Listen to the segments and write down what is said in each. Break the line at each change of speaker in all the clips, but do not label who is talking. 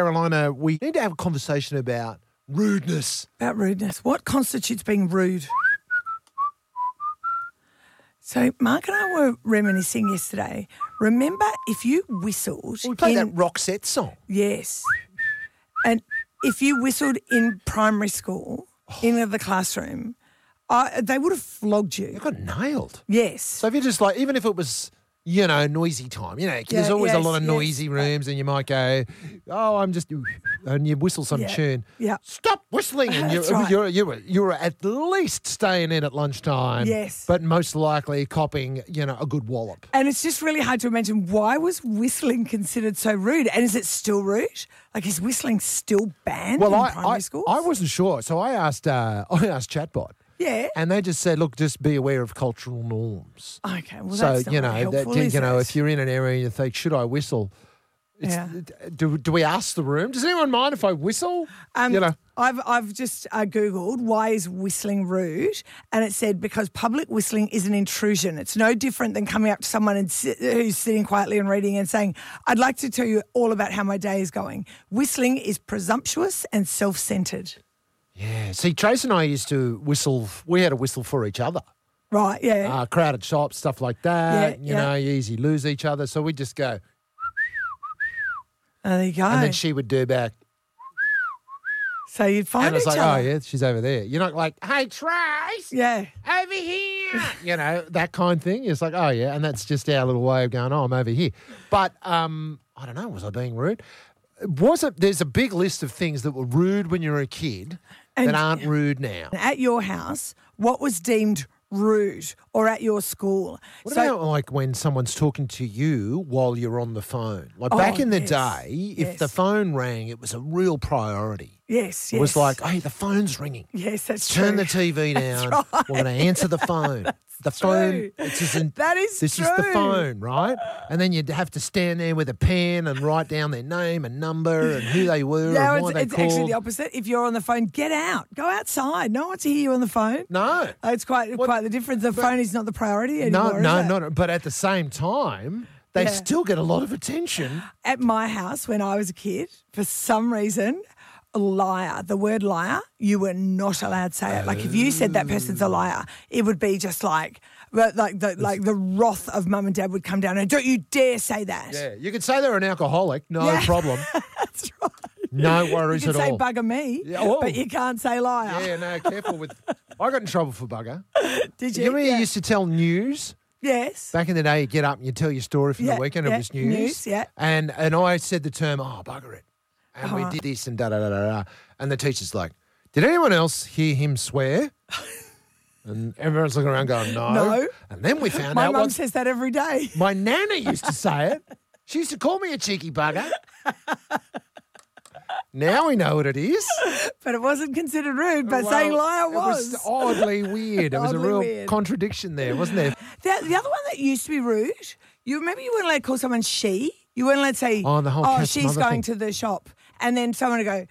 Carolina, we need to have a conversation about rudeness.
About rudeness. What constitutes being rude? So, Mark and I were reminiscing yesterday. Remember, if you whistled.
Oh, We played
in-
that rock set song.
Yes. And if you whistled in primary school, in the classroom, I, they would have flogged
You
you.
got nailed.
Yes.
So if you're just like, even if it was, you know, noisy time, you know, 'cause there's
Yeah,
always a
yes,
lot of
yes.
noisy rooms, and you might go, "Oh, I'm just," and you whistle some
Yeah,
tune.
yeah.
Stop whistling. And you're,
That's right.
you're, you were you were at least staying in at lunchtime.
Yes.
But most likely copying, you know, a good wallop.
And it's just really hard to imagine why was whistling considered so rude? And is it still rude? Like is whistling still banned in
I,
primary
I,
schools?
I wasn't sure, so I asked. Uh, I asked chatbot.
Yeah.
and they just said, "Look, just be aware of cultural norms."
Okay, well
so
that's not
you know,
helpful,
that,
is
you know,
it?
if you're in an area and you think, "Should I whistle?" It's,
Yeah.
do, do we ask the room? Does anyone mind if I whistle?
Um,
you know,
I've I've just uh, googled why is whistling rude, and it said because public whistling is an intrusion. It's no different than coming up to someone and sit, who's sitting quietly and reading and saying, "I'd like to tell you all about how my day is going." Whistling is presumptuous and self-centered.
yeah. See, Trace and I used to whistle. We had to whistle for each other.
Right? Yeah.
Uh, crowded shops, stuff like that.
Yeah,
you
yeah.
know, you easy lose each other. So we would just go,
Oh, there you go.
and then she would do back,
so you'd find
and it's
each
like,
other.
oh yeah, she's over there. You're not like, hey, Trace.
yeah.
over here. You know, that kind of thing. It's like, oh yeah, and that's just our little way of going, oh, I'm over here. But um, I don't know, was I being rude? Was it there's a big list of things that were rude when you were a kid that
And-
aren't rude now.
at your house what was deemed rude or at your school.
What
so,
about like when someone's talking to you while you're on the phone? Like back
Oh,
in the
yes,
day, if the
yes.
phone rang, it was a real priority.
yes, yes.
It was like, hey, the phone's ringing.
yes, that's
Turn
true.
the TV down. We're going to answer the phone. the phone.
true.
This isn't.
That is
This is the
true.
phone, right? And then you'd have to stand there with a pen and write down their name and number and who they were
No,
and why
it's,
they
it's
called.
actually the opposite. If you're on the phone, get out, go outside. No one's to hear you on the phone.
no.
Oh, it's quite
What-
quite the difference. The phone is not the priority anymore.
no,
is
no,
it?
no, no. But at the same time, they
Yeah.
still get a lot of attention.
At my house when I was a kid, for some reason. Liar. The word liar, you were not allowed to say it. Like if you said that person's a liar, it would be just like, like the like the wrath of mum and dad would come down and don't you dare say that.
Yeah, you could say they're an alcoholic, no
Yeah.
problem,
That's right.
no
You
worries
can
at
say
all.
bugger me,
Yeah, oh.
but you can't say liar.
yeah, no, careful with. I got in trouble for bugger.
Did
You
you?
remember you
Yeah.
used to tell news?
yes.
Back in the day, you get up and you tell your story from
Yeah,
the weekend. it
yeah,
was news.
news, yeah.
And and I said the term, oh bugger it, and
Uh-huh.
we did this and da da da da da. And the teacher's like, did anyone else hear him swear? and everyone's looking around going, no.
No.
And then we found
My
out
mum
what
says that every day.
my nana used to say it. She used to call me a cheeky bugger. now we know what it is.
But it wasn't considered rude, but
Well,
saying liar was.
It was oddly weird. It was a
Oddly
real
weird.
contradiction there, wasn't there?
the, the other one that used to be rude, you remember you weren't allowed to call someone she? You weren't allowed to say,
Oh, the whole cat's
she's
mother
going
thing."
to the shop. And then someone would go,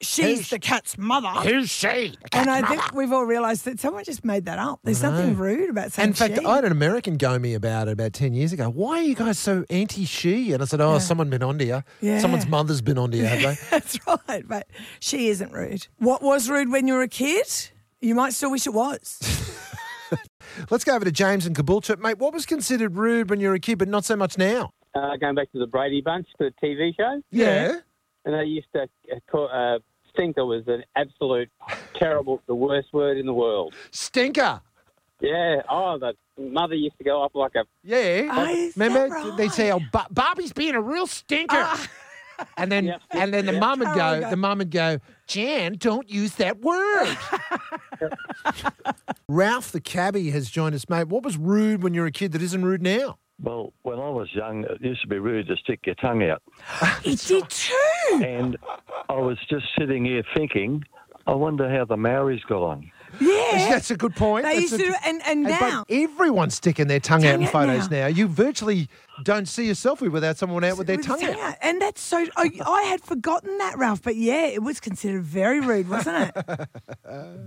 she's
Who's-
the cat's mother.
Who's she?
and I think we've all realised that someone just made that up. There's nothing rude about saying
In fact,
she.
I had an American go me about it about 10 years ago. Why are you guys so anti she? And I said, Oh, someone been on to you.
Yeah.
Someone's mother's been on to you, have they?
That's right, but she isn't rude. What was rude when you were a kid? You might still wish it was.
Let's go over to James and Caboolture. Mate, what was considered rude when you were a kid, but not so much now?
uh, going back to the Brady Bunch, the TV show,
Yeah.
and they used to uh, call, uh, think it was an absolute terrible, the worst word in the world.
Stinker.
Yeah. Oh, the mother used to go up like a.
Yeah.
Oh, is that
Remember?
right? Ah.
They'd say, Oh, Ba- Barbie's being a real stinker. And then,
Yep.
and then the
Yep.
mum would
Carol
go,
go-
the mum would go, Jan, don't use that word. Ralph the cabbie has joined us, mate. What was rude when you were a kid that isn't rude now?
Well, when I was young, it used to be rude to stick your tongue out.
It did too.
And I was just sitting here thinking, I wonder how the Maoris got on.
Yeah.
That's a good point.
They
That's
used
a
to, do
good-
it, and, and
Hey,
now.
But everyone's sticking their tongue, out in
Tongue out
photos now.
now.
You virtually don't see a selfie without someone out with their
with the
tongue out.
out. And that's so. I, I had forgotten that, Ralph, but yeah, it was considered very rude, wasn't it?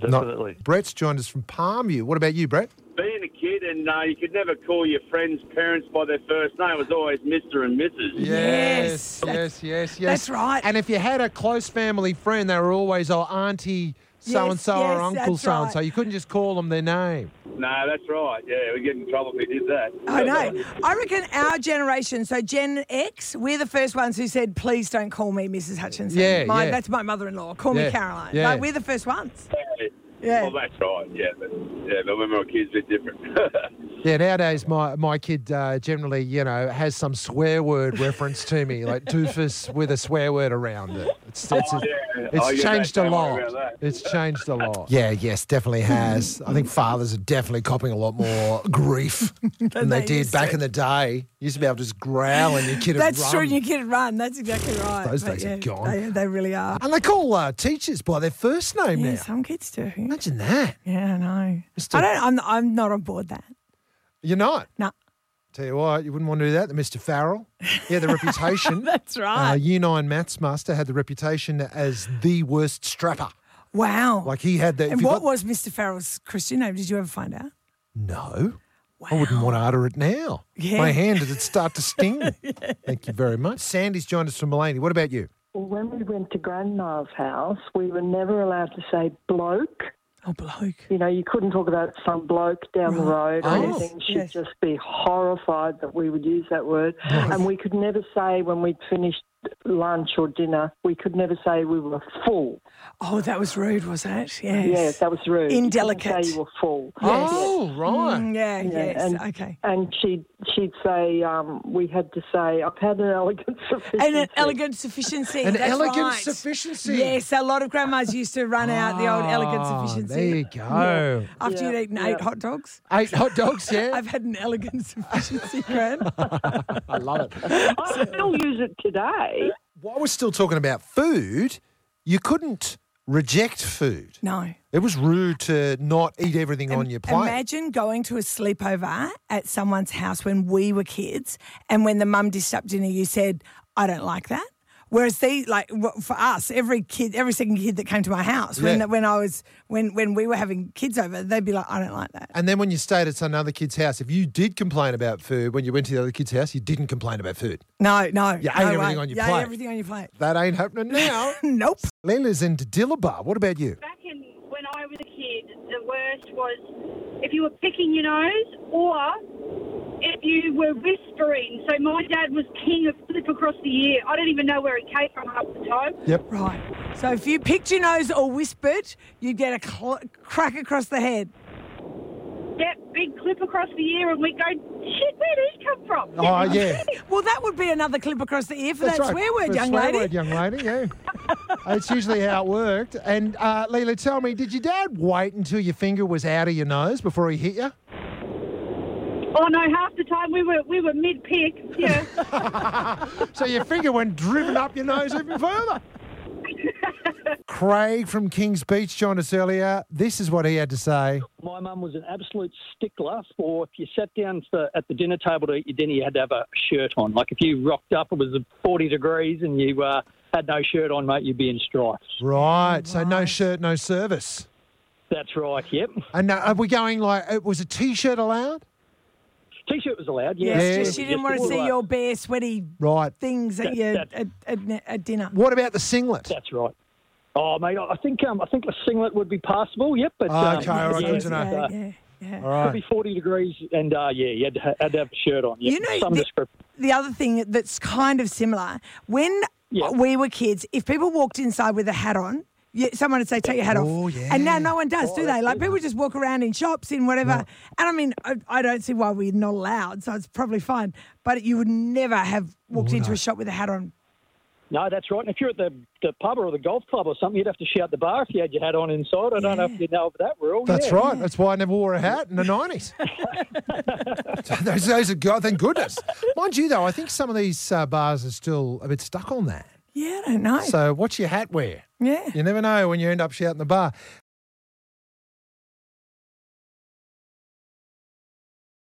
Definitely.
Brett's joined us from Palmview. What about you, Brett?
being a kid, and uh, you could never call your friends' parents by their first name. It was always Mister and Mrs.
Yes,
Yes.
yes, yes, yes.
That's right.
And if you had a close family friend, they were always oh, auntie so and so
Yes,
or
yes,
uncle
that's
so and so.
right.
You couldn't just call them their name.
No, that's right. Yeah, we'd get in trouble if we did that.
I know. I reckon our generation, so Gen X, we're the first ones who said, please don't call me Mrs. Hutchinson.
Yeah,
my,
yeah.
That's my mother in law. Call
Yeah,
me Caroline.
yeah.
Like, we're the first ones. Yeah.
Well, that's right. Yeah, but, yeah, but when we were kids, it's different.
Yeah, nowadays my my kid uh, generally, you know, has some swear word reference to me, like doofus with a swear word around it. It's that's
Oh,
it.
yeah.
it's
Oh, yeah,
changed
don't-
a
don't worry
lot.
about that.
It's changed a lot.
Yeah, yes, definitely has. I think fathers are definitely copying a lot more grief than they,
they
did
used
back
to.
in the day. You used to be able to just growl and your kid would
That's
run.
true. And your kid run. That's exactly right.
Those
But
days are gone.
They, they really are.
And they call uh, teachers by their first name
Yeah,
now.
some kids do.
Imagine that.
Yeah, I know.
Mr.
I don't. I'm. I'm not on board that.
You're not.
No,
Tell you what, you wouldn't want to do that. The Mr. Farrell. Yeah, the reputation.
that's
Uh,
right.
Year 9 maths master had the reputation as the worst strapper.
wow.
Like he had that.
and what was Mr. Farrell's Christian name? Did you ever find out?
No. I wouldn't want to utter it now.
Yeah.
My hand would start to sting. Thank you very much. Sandy's joined us from Mullaney. What about you?
Well, when we went to Grandma's house, we were never allowed to say bloke.
Oh, bloke.
You know, you couldn't talk about some bloke down the road or
Oh.
anything. She'd
Yes.
just be horrified that we would use that word. And we could never say when we'd finished lunch or dinner, we could never say we were full.
Oh, that was rude, was it? Yes.
Yeah, that was rude. You couldn't
Indelicate.
say you were full.
Oh, right.
Mm, yeah.
Yeah,
yes.
and-
okay.
And she'd, she'd say, um, we had to say, I've had an elegant sufficiency.
And an elegant sufficiency.
An
that's
elegant
right.
sufficiency.
Yes, a lot of grandmas used to run out the old elegant
Ah,
sufficiency.
There you go.
After you'd eaten eight hot dogs,
Eight hot dogs, yeah?
I've had an elegant sufficiency, Gran.
I love it.
I still use it today.
While we're still talking about food, you couldn't reject food.
No.
It was rude to not eat everything on your plate.
Imagine going to a sleepover at someone's house when we were kids, and when the mum dished up dinner, you said, "I don't like that." Whereas they like w- for us, every kid, every second kid that came to my house
Yeah.
when when I was when when we were having kids over, they'd be like, "I don't like that."
And then when you stayed at another kid's house, if you did complain about food, when you went to the other kid's house, you didn't complain about food.
No, no,
You
no
ate everything
way.
on your
yeah,
plate.
everything on your plate.
That ain't happening now.
Nope.
Leila's in Dillabar. What about you?
back in when I was a kid, the worst was if you were picking your nose or if you were whispering. So my dad was king of flip across the ear. I don't even know where it came from half the time.
Right. So if you picked your nose or whispered, you'd get a cl- crack across the head.
That big clip across the ear, and we go, shit, where did he come from?
Oh, yeah.
Well, that would be another clip across the ear for that swear word,
For a
young
swear
lady.
word, young lady, yeah. It's usually how it worked. And uh, Leela, tell me, did your dad wait until your finger was out of your nose before he hit you?
Oh no, half the time we were we were mid pick. Yeah.
So your finger went driven up your nose even further. Craig from Kings Beach joined us earlier. This is what he had to say.
my mum was an absolute stickler for if you sat down for, at the dinner table to eat your dinner, you had to have a shirt on. Like if you rocked up, it was 40 degrees and you uh, had no shirt on, mate, you'd be in strife.
Right. So no shirt, no service.
That's right, yep.
And uh, are we going like it was a t-shirt allowed?
T shirt was allowed,
Yes,
yeah.
Yeah. uh,
just she didn't
Yes,
want
it
to
was
see
allowed.
your bare, sweaty
Right.
things at
That-
your
that-
at, at, at dinner.
What about the singlet?
That's right. Oh, mate, I I think um, I think the singlet would be passable, yep. But,
Ah,
um,
okay, all right,
yeah,
good to know.
uh,
Yeah, yeah, yeah.
All
It'd
right.
be 40 degrees and, uh, yeah, you had to, ha- had to have a shirt on. Yeah.
You know,
Some
the-
description.
The other thing that's kind of similar when
Yeah.
we were kids, if people walked inside with a hat on, you- someone would say, "Take your hat
Oh,
off,"
yeah. Oh,
and now no one does, do they? Like people just walk around in shops in whatever, and I mean, I, I don't see why we're not allowed, so it's probably fine. But you would never have walked into a shop with a hat on.
No, that's right. And if you're at the, the pub or the golf club or something, you'd have to shout the bar if you had your hat on inside. I don't know if you know of that rule.
That's
yeah.
right. That's why I never wore a hat in the nineties. those days are gone. Thank goodness. Mind you, though, I think some of these uh, bars are still a bit stuck on that.
Yeah, I don't know.
So, what's your hat wear?
yeah.
You never know when you end up shouting the bar.